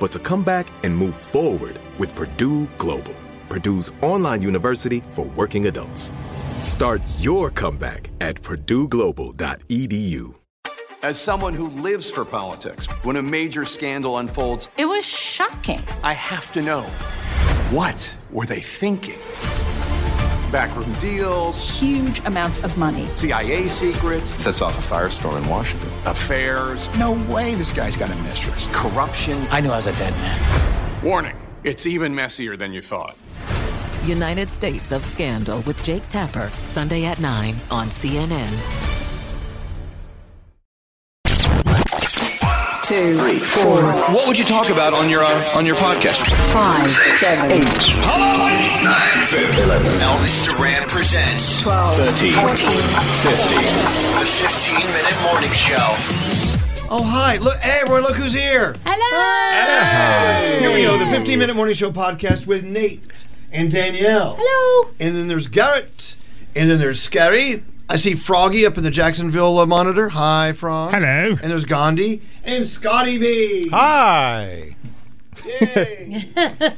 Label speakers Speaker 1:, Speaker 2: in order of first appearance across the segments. Speaker 1: but to come back and move forward with Purdue Global, Purdue's online university for working adults. Start your comeback at E purdueglobal.edu.
Speaker 2: As someone who lives for politics, when a major scandal unfolds,
Speaker 3: it was shocking.
Speaker 2: I have to know what were they thinking? Backroom deals,
Speaker 3: huge amounts of money,
Speaker 2: CIA secrets,
Speaker 4: sets off a firestorm in Washington,
Speaker 2: affairs.
Speaker 5: No way this guy's got a mistress.
Speaker 2: Corruption.
Speaker 6: I knew I was a dead man.
Speaker 2: Warning it's even messier than you thought.
Speaker 7: United States of Scandal with Jake Tapper, Sunday at 9 on CNN.
Speaker 8: two, three, four.
Speaker 9: What would you talk about on your uh, on your podcast?
Speaker 8: Five, six, seven, eight.
Speaker 9: Hello, eight, nine, seven, eleven.
Speaker 10: Elvis Duran presents
Speaker 8: 12, 13, 14, 15.
Speaker 10: The 15 minute morning show.
Speaker 9: Oh hi! Look, hey everyone! Look who's here!
Speaker 3: Hello.
Speaker 9: Hey. Here we go. The 15 minute morning show podcast with Nate and Danielle.
Speaker 3: Hello.
Speaker 9: And then there's Garrett. And then there's Scary. I see Froggy up in the Jacksonville uh, monitor. Hi, Frog.
Speaker 11: Hello.
Speaker 9: And there's Gandhi and Scotty B.
Speaker 11: Hi.
Speaker 9: Yay.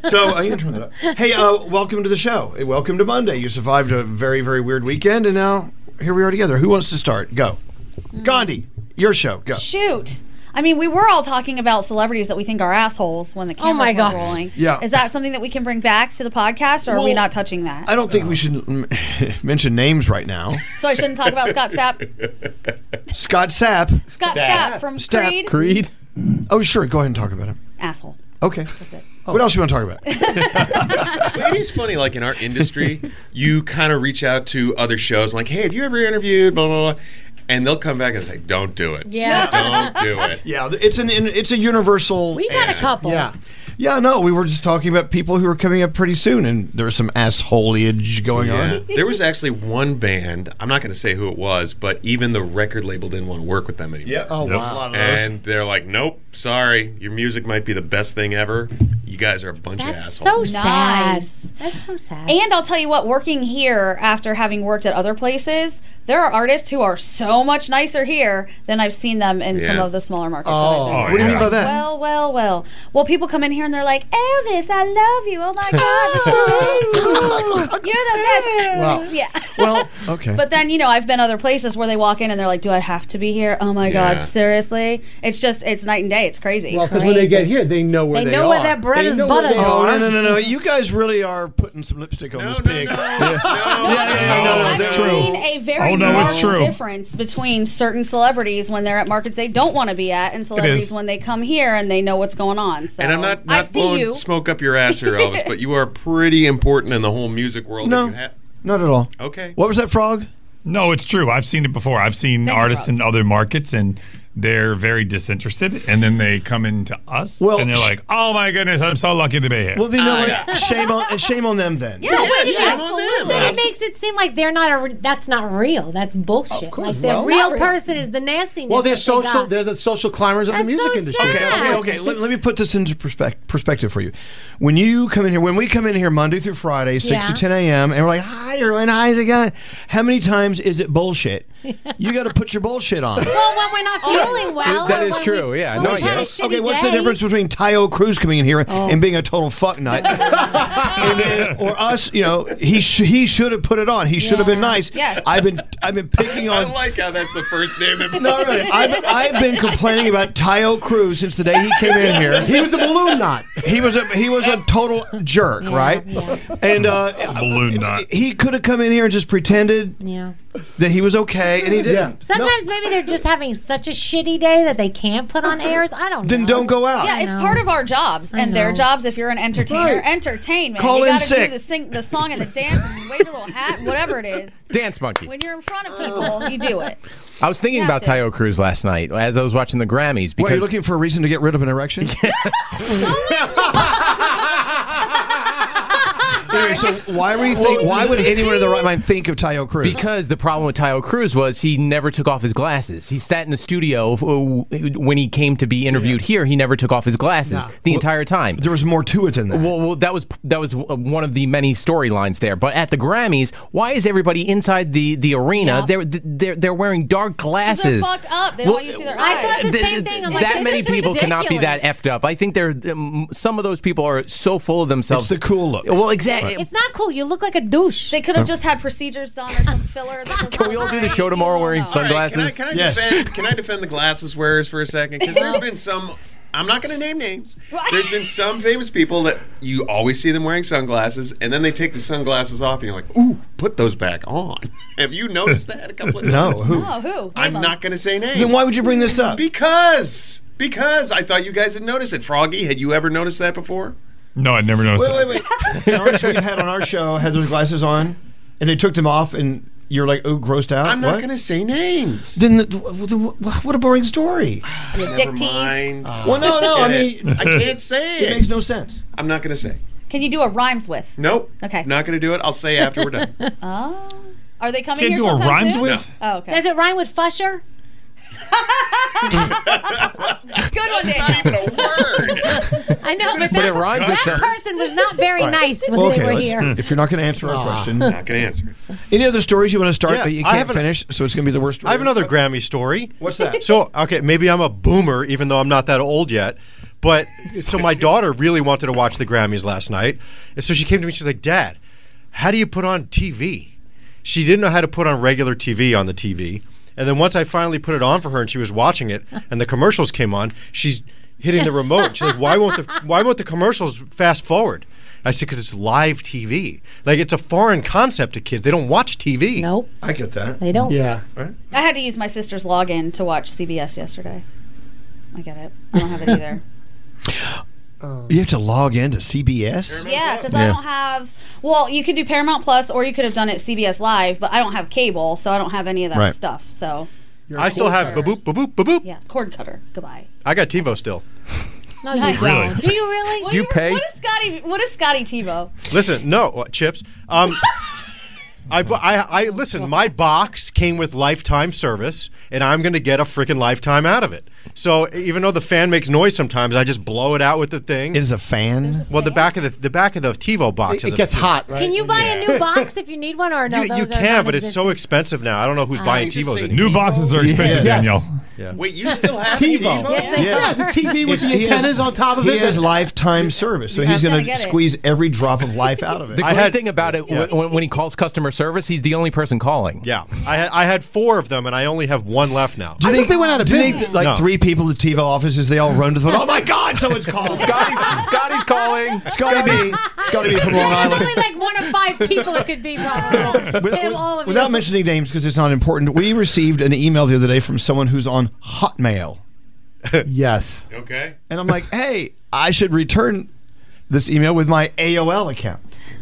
Speaker 9: so uh, you can turn that up. Hey, uh, welcome to the show. Hey, welcome to Monday. You survived a very, very weird weekend, and now here we are together. Who wants to start? Go,
Speaker 12: Hmm.
Speaker 9: Gandhi. Your show. Go.
Speaker 12: Shoot. I mean, we were all talking about celebrities that we think are assholes when the
Speaker 3: Oh
Speaker 12: cameras
Speaker 3: my
Speaker 12: were
Speaker 3: gosh.
Speaker 12: rolling.
Speaker 9: Yeah.
Speaker 12: Is that something that we can bring back to the podcast, or are we
Speaker 9: Well,
Speaker 12: not touching that?
Speaker 9: I don't think we should mm, mention names right now.
Speaker 12: Oh. so I shouldn't talk about Scott Stapp.
Speaker 9: Scott Sapp.
Speaker 12: Scott Stapp from
Speaker 9: Stapp.
Speaker 12: Creed.
Speaker 11: Creed.
Speaker 9: Oh, sure. Go ahead and talk about him.
Speaker 12: Asshole.
Speaker 9: Okay.
Speaker 12: That's it.
Speaker 9: What else you want to talk about?
Speaker 13: But it is funny, like in our industry, you kind of reach out to other shows, like, hey, have you ever interviewed, blah, blah, blah. And they'll come back and say, don't do it.
Speaker 3: Yeah.
Speaker 13: Don't do it.
Speaker 9: yeah, it's an it's a universal.
Speaker 3: We got a couple.
Speaker 9: yeah. Yeah, no, we were just talking about people who are coming up pretty soon, and there was some assholeage going
Speaker 13: Yeah.
Speaker 9: on.
Speaker 13: There was actually one band, I'm not going to say who it was, but even the record label didn't want to work with them anymore.
Speaker 9: Oh
Speaker 11: Nope.
Speaker 9: wow.
Speaker 13: And they're like, nope, sorry, your music might be the best thing ever. You guys are a bunch of
Speaker 3: That's so
Speaker 13: assholes.
Speaker 3: sad.
Speaker 12: Nice.
Speaker 3: That's so sad.
Speaker 12: And I'll tell you what, working here after having worked at other places, there are artists who are so much nicer here than I've seen them in some
Speaker 13: Yeah.
Speaker 12: of the smaller markets. that I've
Speaker 9: Oh,
Speaker 12: been in.
Speaker 9: what do you mean by that?
Speaker 12: Well, well, well. Well, people come in here and they're like, Elvis, I love you. Oh my God, this is amazing. you're the best. Yeah.
Speaker 9: well, okay.
Speaker 12: But then you know, I've been other places where they walk in and they're like, "Do I have to be here? Oh my
Speaker 13: Yeah.
Speaker 12: God, seriously!" It's just it's night and day. It's crazy.
Speaker 14: Well, because when they
Speaker 3: Crazy.
Speaker 14: get here, they know where
Speaker 3: They
Speaker 14: they,
Speaker 3: know where
Speaker 14: are.
Speaker 3: that bread
Speaker 14: They
Speaker 3: is
Speaker 14: know where
Speaker 3: buttered
Speaker 14: they
Speaker 3: on.
Speaker 9: oh
Speaker 14: are.
Speaker 9: no no no no! You guys really are putting some lipstick on
Speaker 13: No,
Speaker 9: this
Speaker 13: no,
Speaker 9: pig.
Speaker 13: no.
Speaker 9: Yeah.
Speaker 13: No.
Speaker 9: Yeah, yeah, no, no,
Speaker 12: I've
Speaker 9: that's
Speaker 11: true.
Speaker 12: seen a very
Speaker 11: Oh, no, it's
Speaker 12: marked
Speaker 11: true.
Speaker 12: difference between certain celebrities when they're at markets they don't want to be at, and celebrities when they come here and they know what's going on. So
Speaker 13: And I'm not,
Speaker 12: I
Speaker 13: not
Speaker 12: see
Speaker 13: blowing
Speaker 12: you.
Speaker 13: smoke up your ass here, Elvis, but you are pretty important in the whole music world.
Speaker 9: No.
Speaker 13: That you ha-
Speaker 9: Not at all.
Speaker 13: Okay.
Speaker 9: What was that frog?
Speaker 11: No, it's true. I've seen it before. I've seen
Speaker 12: Thank you,
Speaker 11: artists
Speaker 12: Rob.
Speaker 11: in other markets, and they're very disinterested, and then they come into us, well, and they're like, "Oh my goodness, I'm so lucky to be here."
Speaker 9: Well, then you know, like, shame on uh, shame on them then.
Speaker 14: Yeah, wait a minute. Absolutely. It makes it seem like they're not a. re- That's not real. That's bullshit. like the
Speaker 9: Well, it's
Speaker 14: real
Speaker 9: not real.
Speaker 14: person is the nastiness.
Speaker 15: Well, they're
Speaker 14: that they
Speaker 15: social.
Speaker 14: got.
Speaker 15: They're the social climbers of the music
Speaker 14: so
Speaker 15: industry.
Speaker 9: Okay, okay, okay. Let, let me put this into perspective, perspective for you. When you come in here, when we come in here Monday through Friday, six
Speaker 15: Yeah.
Speaker 9: to ten a.m., and we're like, "Hi, everyone, hi, how's it going?" How many times is it bullshit? you got to put your bullshit on.
Speaker 14: Well, when we're not feeling Oh, well,
Speaker 9: That
Speaker 14: or
Speaker 9: is
Speaker 14: when
Speaker 9: true,
Speaker 14: we-
Speaker 9: yeah,
Speaker 14: when
Speaker 9: no,
Speaker 14: we've had a
Speaker 9: yes.
Speaker 14: shitty
Speaker 9: Okay, what's the
Speaker 14: day,
Speaker 9: difference between Tyo Cruz coming in here and being a total fuck nut, and then, or us? You know, he sh- he should have put it on. He should have been nice.
Speaker 13: Yes.
Speaker 9: I've been I've been picking
Speaker 13: I
Speaker 9: on
Speaker 13: like how that's the first name. No,
Speaker 9: no, no, no. I've, I've been complaining about Tyo Cruz since the day he came in here.
Speaker 15: He was a balloon knot.
Speaker 9: He was a he was a total jerk, right? And uh,
Speaker 11: balloon knot.
Speaker 9: He could have come in here and just pretended
Speaker 14: Yeah.
Speaker 9: that he was okay, and he didn't.
Speaker 14: Sometimes maybe they're just having such a shitty day that they can't put on airs. I don't know.
Speaker 9: Then don't go out.
Speaker 12: Yeah, it's part of our jobs and their jobs. If you're an entertainer, entertain, man.
Speaker 16: Call
Speaker 12: you
Speaker 16: in
Speaker 12: gotta
Speaker 16: sick.
Speaker 12: do the, sing- the song and the dance and wave your little hat, whatever it is.
Speaker 16: Dance monkey.
Speaker 12: When you're in front of people, you do it.
Speaker 16: I was thinking about Tyo Cruz last night as I was watching the Grammys
Speaker 9: Wait, you're
Speaker 16: because
Speaker 9: looking for a reason to get rid of an erection? anyway, so why were you think, why would anyone in the right mind think of Tyo Cruz?
Speaker 16: because the problem with Tyo Cruz was he never took off his glasses. He sat in the studio f- when he came to be interviewed here. He never took off his glasses the entire time. There
Speaker 9: was more to it than that.
Speaker 16: Well, well that was that was one of the many storylines there. But at the Grammys, why is everybody inside the the arena? They're they're they're wearing dark glasses.
Speaker 12: Fucked up. They
Speaker 16: Well,
Speaker 12: don't want you to see their
Speaker 14: I
Speaker 12: eyes.
Speaker 14: thought the same thing. I'm like,
Speaker 16: that
Speaker 14: this
Speaker 16: many
Speaker 14: is
Speaker 16: people cannot be that
Speaker 14: ridiculous.
Speaker 16: effed up. I think they're um, some of those people are so full of themselves.
Speaker 9: It's the cool look.
Speaker 16: Well, exactly.
Speaker 14: It's not cool. You look like a douche.
Speaker 12: They could have just had procedures done or some filler. That was
Speaker 16: Can we all do the show tomorrow wearing sunglasses?
Speaker 13: Can I, can I defend, can I defend the glasses wearers for a second? Because there's been some. I'm not going to name names. There's been some famous people that you always see them wearing sunglasses, and then they take the sunglasses off, and you're like, "Ooh, put those back on." Have you noticed that a couple of
Speaker 9: No,
Speaker 13: times?
Speaker 9: who?
Speaker 12: No, who?
Speaker 13: I'm not going to say names.
Speaker 9: Then why would you bring this up?
Speaker 13: Because because I thought you guys had noticed it. Froggy, had you ever noticed that before?
Speaker 11: No, I never noticed.
Speaker 9: Wait, wait, wait. An orange we had on our show had those glasses on, and they took them off, and you're like, "Oh, grossed out."
Speaker 13: I'm not gonna say names.
Speaker 9: Then, the, w- the, w- what a boring story.
Speaker 12: Your dick tease.
Speaker 9: well, no, no. I mean,
Speaker 13: I can't say it.
Speaker 9: It makes no sense.
Speaker 13: I'm not going to say.
Speaker 12: Can you do a rhymes with?
Speaker 13: Nope.
Speaker 12: Okay.
Speaker 13: Not going to do it. I'll say after we're done.
Speaker 12: Oh. Are they coming
Speaker 13: Can't
Speaker 12: here
Speaker 13: do a
Speaker 12: sometime
Speaker 13: rhymes
Speaker 12: soon?
Speaker 13: with?
Speaker 12: Oh, okay.
Speaker 14: Does it rhyme with fusher?
Speaker 12: Good one, Daniel.
Speaker 14: I know,
Speaker 9: But
Speaker 14: but, that,
Speaker 9: it rhymes with
Speaker 14: that
Speaker 9: something.
Speaker 14: person was not very
Speaker 9: All right.
Speaker 14: nice when
Speaker 9: Well,
Speaker 14: they
Speaker 9: okay,
Speaker 14: were
Speaker 9: let's-
Speaker 14: here.
Speaker 9: If you're not going to answer our
Speaker 17: Ah.
Speaker 9: question,
Speaker 17: Not
Speaker 13: going to answer.
Speaker 9: Any other stories you want to start
Speaker 17: Yeah,
Speaker 9: that you
Speaker 17: I
Speaker 9: can't
Speaker 17: have an-
Speaker 9: finish? So it's going to be the worst story.
Speaker 17: I have another Grammy story.
Speaker 9: What's that?
Speaker 17: So, okay, maybe I'm a boomer, even though I'm not that old yet. But so my daughter really wanted to watch the Grammys last night. And so she came to me, she's like, Dad, how do you put on TV? She didn't know how to put on regular TV on the TV. And then once I finally put it on for her and she was watching it and the commercials came on, she's hitting the remote. She's like, why won't the, why won't the commercials fast forward? I said, because it's live TV. Like, it's a foreign concept to kids. They don't watch TV.
Speaker 14: Nope.
Speaker 9: I get that.
Speaker 14: They don't.
Speaker 17: Yeah.
Speaker 12: I had to use my sister's login to watch CBS yesterday. I get it. I don't have it either.
Speaker 9: You have to log in to CBS.
Speaker 12: Yeah, because I
Speaker 9: Yeah.
Speaker 12: don't have. Well, you could do Paramount Plus, or you could have done it CBS Live, but I don't have cable, so I don't have any of that
Speaker 17: Right.
Speaker 12: stuff. So
Speaker 17: I still have boop, boop, boop, boop.
Speaker 12: Yeah, cord cutter. Goodbye.
Speaker 17: I got TiVo still.
Speaker 14: No,
Speaker 12: you Really?
Speaker 14: don't. Do you really?
Speaker 12: What
Speaker 17: Do you pay?
Speaker 12: What is Scotty? What is Scotty Tebow?
Speaker 17: Listen, no what, chips. Um, I, bu- I, I listen. My box came with lifetime service, and I'm going to get a freaking lifetime out of it. So even though the fan makes noise sometimes, I just blow it out with the thing. It
Speaker 9: is a fan.
Speaker 17: Well, the back of the the back of the TiVo box.
Speaker 15: It-
Speaker 17: is
Speaker 15: it
Speaker 17: a-
Speaker 15: gets hot,
Speaker 14: Can you buy a new box if you need one, or no?
Speaker 17: You, you
Speaker 14: those are
Speaker 17: can, but it's so
Speaker 14: non-existent?
Speaker 17: expensive now. I don't know who's buying TiVos anymore.
Speaker 11: New boxes are expensive, Danielle.
Speaker 17: Yeah.
Speaker 13: Wait, you still have
Speaker 15: TiVo.
Speaker 13: TiVo?
Speaker 15: Yes, they Yeah. have. The TV with the
Speaker 9: he has-
Speaker 15: antennas on top of
Speaker 9: he
Speaker 15: it.
Speaker 9: has lifetime service, so
Speaker 15: You
Speaker 9: he's
Speaker 15: have
Speaker 9: going
Speaker 15: to
Speaker 9: to
Speaker 15: get it.
Speaker 9: squeeze every drop of life out of
Speaker 16: The
Speaker 9: it.
Speaker 16: great thing about it wh- when, when he calls customer service, he's the only person calling.
Speaker 17: Yeah, I had I had four of them, and I only have one left now.
Speaker 9: do you think they went out of
Speaker 17: do you
Speaker 9: business?
Speaker 17: think-
Speaker 9: like
Speaker 17: No.
Speaker 9: three people at TiVo offices, they all run to the phone. Oh my God, someone's calling.
Speaker 16: Scotty's, Scotty's calling.
Speaker 9: Scotty B. Scotty B from Long Island.
Speaker 14: Only like one of five people it could be probably. They have all of you.
Speaker 9: Without mentioning names, because it's not important, we received an email the other day from someone who's on Hotmail.
Speaker 15: yes.
Speaker 13: Okay.
Speaker 9: And I'm like, hey, I should return this email with my AOL account.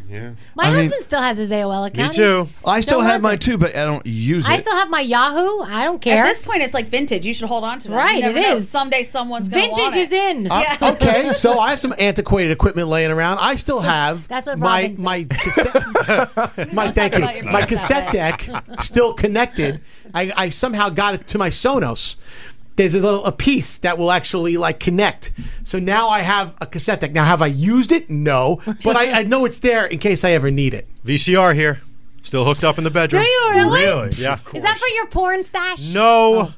Speaker 13: Yeah.
Speaker 14: My
Speaker 9: I mean-
Speaker 14: husband still has his AOL account.
Speaker 9: I still
Speaker 14: Still
Speaker 9: have mine too, but I don't use it.
Speaker 14: I still have my Yahoo. I don't care.
Speaker 12: At this point, it's like vintage. You should hold on to that.
Speaker 14: Right,
Speaker 12: you never
Speaker 14: it
Speaker 12: know.
Speaker 14: is.
Speaker 12: Someday someone's gonna
Speaker 14: Vintage
Speaker 12: want it.
Speaker 14: is in.
Speaker 12: Yeah.
Speaker 15: Uh, okay, so I have some antiquated equipment laying around. I still have
Speaker 14: That's what
Speaker 15: my
Speaker 14: Robin said.
Speaker 15: my cassette, my thank
Speaker 12: about
Speaker 15: you,
Speaker 12: your
Speaker 15: my
Speaker 12: cassette
Speaker 15: cassette
Speaker 12: deck.
Speaker 15: deck still connected. I, I somehow got it to my Sonos. There's a little a piece that will actually like connect. So now I have a cassette deck. Now have I used it? No, but I, I know it's there in case I ever need it.
Speaker 17: VCR here, still hooked up in the bedroom.
Speaker 14: Do you really? Really?
Speaker 17: Yeah.
Speaker 14: Is that for your porn stash?
Speaker 17: No.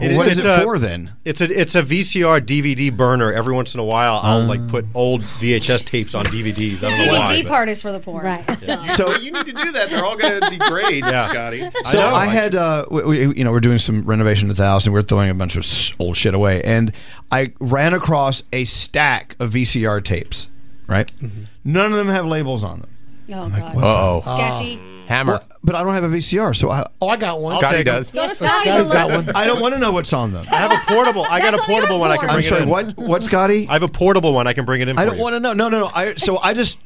Speaker 9: Well, what is uh, it for, then?
Speaker 17: It's a it's a VCR DVD burner. Every once in a while, I'll like put old VHS tapes on DVDs. I
Speaker 12: The
Speaker 17: don't know why,
Speaker 12: DVD
Speaker 17: but-
Speaker 12: part is for the porn. Right.
Speaker 9: So-
Speaker 13: you need to do that. They're all going to degrade,
Speaker 17: Yeah.
Speaker 13: Scotty.
Speaker 9: So I, had, uh, we, we- you know, we're doing some renovation at the house, and we're throwing a bunch of s- old shit away. And I ran across a stack of VCR tapes, right? None of them have labels on them.
Speaker 12: Oh,
Speaker 9: Like,
Speaker 12: God.
Speaker 9: what the-
Speaker 12: Sketchy.
Speaker 9: Hammer. but I don't have a VCR, so I.
Speaker 15: Oh, I got one.
Speaker 9: Scotty does.
Speaker 12: Go to
Speaker 15: Scotty.
Speaker 12: Scotty's.
Speaker 15: got one.
Speaker 9: I don't want to know what's on them.
Speaker 17: I have a portable. I got a portable one. I can
Speaker 9: I'm
Speaker 17: bring it
Speaker 9: sorry,
Speaker 17: in.
Speaker 9: what- what, Scotty?
Speaker 17: I have a portable one. I can bring it in.
Speaker 9: I
Speaker 17: for
Speaker 9: don't
Speaker 17: you.
Speaker 9: want to know. No, no, no. I so I just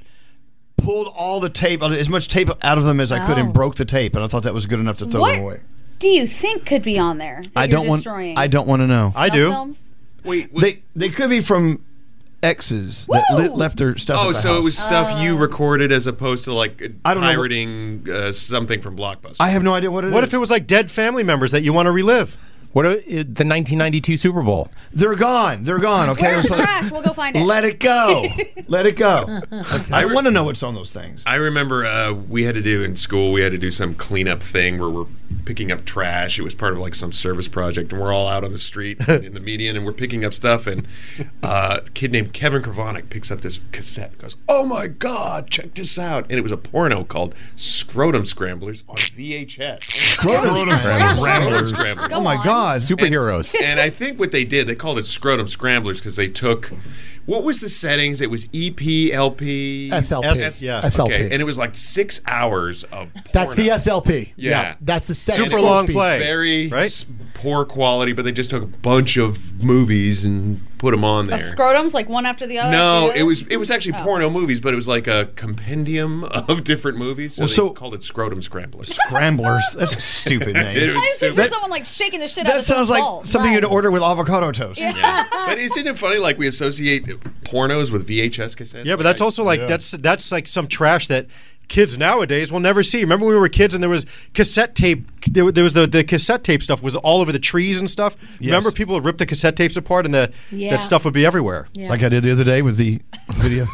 Speaker 9: pulled all the tape, as much tape out of them as I could,
Speaker 12: Oh.
Speaker 9: and broke the tape, and I thought that was good enough to throw
Speaker 12: What
Speaker 9: them away.
Speaker 12: do you think could be on there? that
Speaker 9: I
Speaker 12: you're
Speaker 9: don't want.
Speaker 12: destroying?
Speaker 9: I don't want to know.
Speaker 12: Snuff Films?
Speaker 13: Wait,
Speaker 9: They they could be from exes that li- left their stuff.
Speaker 13: Oh,
Speaker 9: at the
Speaker 13: so
Speaker 9: house.
Speaker 13: it was stuff you recorded as opposed to like
Speaker 9: I don't know.
Speaker 13: pirating uh, something from Blockbuster.
Speaker 9: I have no idea what it is.
Speaker 17: What if it was like dead family members that you want to relive?
Speaker 16: What if, uh, the 1992 Super Bowl?
Speaker 9: They're gone. They're gone. Okay.
Speaker 12: Where's
Speaker 9: It's
Speaker 12: the
Speaker 9: like,
Speaker 12: trash? We'll go find it.
Speaker 9: Let it go. Let it go. I want to know what's on those things.
Speaker 13: I remember uh, we had to do in school. We had to do some cleanup thing where we're picking up trash. It was part of like some service project, and we're all out on the street in the median, and we're picking up stuff. And uh, a kid named Kevin Kravonik picks up this cassette, and goes, "Oh my god, check this out!" And it was a porno called "Scrotum Scramblers" on VHS.
Speaker 9: Scrotum Scramblers. Oh my God.
Speaker 16: Superheroes.
Speaker 13: And, and I think what they did, they called it Scrotum Scramblers because they took. What was the settings? It was E EP, LP,
Speaker 15: SLP.
Speaker 13: S-
Speaker 15: Yeah.
Speaker 13: okay,
Speaker 15: SLP.
Speaker 13: And it was like six hours of
Speaker 15: That's the SLP.
Speaker 13: Yeah.
Speaker 15: that's the
Speaker 13: And
Speaker 15: second
Speaker 13: it
Speaker 15: slow
Speaker 13: was
Speaker 15: speed.
Speaker 13: very s- poor quality. But they just took a bunch of movies and put them on there.
Speaker 12: Of scrotums, like one after the other.
Speaker 13: no,
Speaker 12: after the
Speaker 13: it
Speaker 12: other?
Speaker 13: was it was actually
Speaker 12: Oh.
Speaker 13: porno movies, but it was like a compendium of different movies. So
Speaker 9: Well,
Speaker 13: they
Speaker 9: so-
Speaker 13: called it Scrotum Scramblers.
Speaker 9: Scramblers. That's a stupid name.
Speaker 13: It was
Speaker 12: I just picture
Speaker 13: stupid.
Speaker 12: someone like shaking the shit
Speaker 9: That
Speaker 12: out of his own
Speaker 9: sounds like
Speaker 12: balls.
Speaker 9: something you'd order with avocado toast.
Speaker 13: Yeah. but isn't it funny? Like we associate pornos with VHS cassettes.
Speaker 17: Yeah, but that's also like that's that's like some trash that kids nowadays will never see. Remember when we were kids and there was cassette tape. There, wa- there was the, the cassette tape stuff was all over the trees and stuff. Remember people would rip the cassette tapes apart and the
Speaker 12: Yeah.
Speaker 17: that stuff would be everywhere.
Speaker 9: Like I did the other day with the video.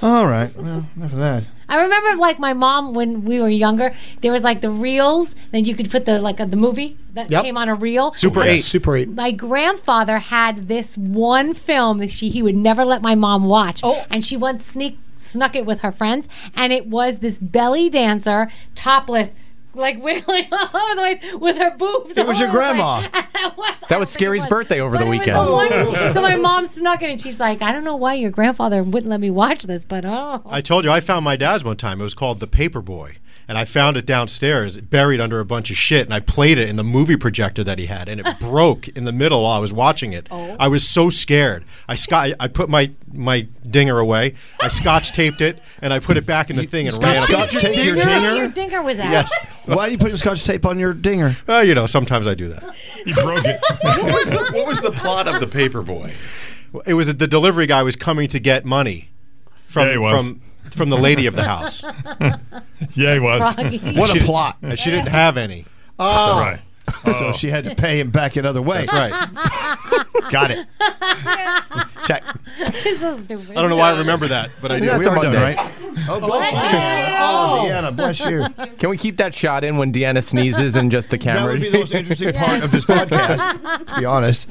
Speaker 9: All right. Well, enough of that.
Speaker 14: I remember like my mom when we were younger, there was like the reels, then you could put the like uh, the movie that
Speaker 15: Yep.
Speaker 14: came on a reel.
Speaker 17: Super
Speaker 15: Yeah,
Speaker 17: eight.
Speaker 15: Super eight.
Speaker 14: My grandfather had this one film that she he would never let my mom watch,
Speaker 13: Oh.
Speaker 14: and she once sneak snuck it with her friends, and it was this belly dancer topless. Like wiggling all over the place with her boobs.
Speaker 9: It was your
Speaker 14: all over the place.
Speaker 9: grandma.
Speaker 16: That was Scary's birthday over the weekend.
Speaker 14: One- so my mom snuck it, and she's like, "I don't know why your grandfather wouldn't let me watch this, but oh."
Speaker 17: I told you I found my dad's one time. It was called The Paper Boy. And I found it downstairs, buried under a bunch of shit, and I played it in the movie projector that he had, and it broke in the middle while I was watching it. I was so scared. I sc- I put my my dinger away. I scotch taped it, and I put it back in the thing and
Speaker 9: scotch-
Speaker 17: ran.
Speaker 9: scotch
Speaker 14: Did
Speaker 9: tape
Speaker 14: you
Speaker 9: your
Speaker 14: know
Speaker 9: dinger?
Speaker 14: Your dinger was out.
Speaker 17: Yes.
Speaker 9: Why are you putting scotch tape on your dinger?
Speaker 17: Uh, you know, sometimes I do that.
Speaker 11: You broke it.
Speaker 13: what was the, what was the plot of the Paperboy?
Speaker 17: It was the delivery guy was coming to get money from
Speaker 11: Yeah, he was.
Speaker 17: from from the lady of the house.
Speaker 11: Yeah, he was.
Speaker 9: What
Speaker 17: She-
Speaker 9: a plot.
Speaker 17: And she didn't have any.
Speaker 11: All right.
Speaker 9: So she had to pay him back another way.
Speaker 17: That's right.
Speaker 9: Got it. Check.
Speaker 14: It's so stupid.
Speaker 17: I don't know why I remember that, but I do.
Speaker 9: That's
Speaker 16: We
Speaker 9: our
Speaker 16: were done,
Speaker 9: Monday.
Speaker 16: right?
Speaker 9: Oh, bless you.
Speaker 14: Oh.
Speaker 9: Oh, Deanna, bless you.
Speaker 16: Can we keep that shot in when Deanna sneezes and just the
Speaker 9: That
Speaker 16: camera?
Speaker 9: would be the most interesting part of this podcast, to be honest.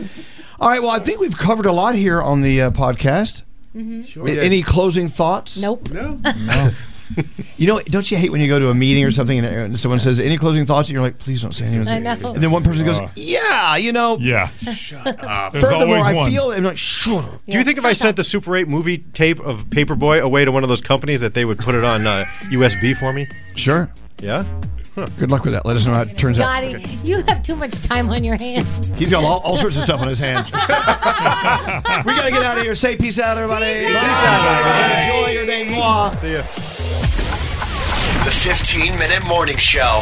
Speaker 9: All right, well, I think we've covered a lot here on the uh, podcast. A- Any closing thoughts?
Speaker 14: Nope.
Speaker 13: No.
Speaker 9: You know, don't you hate when you go to a meeting or something and- and someone says, Any closing thoughts? And you're like, Please don't say anything.
Speaker 14: I know.
Speaker 9: And then one person goes,
Speaker 11: Oh.
Speaker 9: Uh, Yeah, you know.
Speaker 11: Yeah. There's
Speaker 9: Furthermore,
Speaker 11: always
Speaker 9: I
Speaker 11: one.
Speaker 9: feel, I'm like, Shut up.
Speaker 17: Do you think if I sent the Super 8 movie tape of Paperboy away to one of those companies that they would put it on uh, USB for me?
Speaker 9: Sure.
Speaker 17: Yeah?
Speaker 9: Good luck with that. Let us know how it turns out.
Speaker 14: Scotty, you have too much time on your hands.
Speaker 9: He's got all, all sorts of stuff on his hands. we gotta get out of here. Say peace out, everybody. Peace,
Speaker 10: out.
Speaker 9: Enjoy your day, moi. See ya.
Speaker 10: The 15 Minute Morning Show.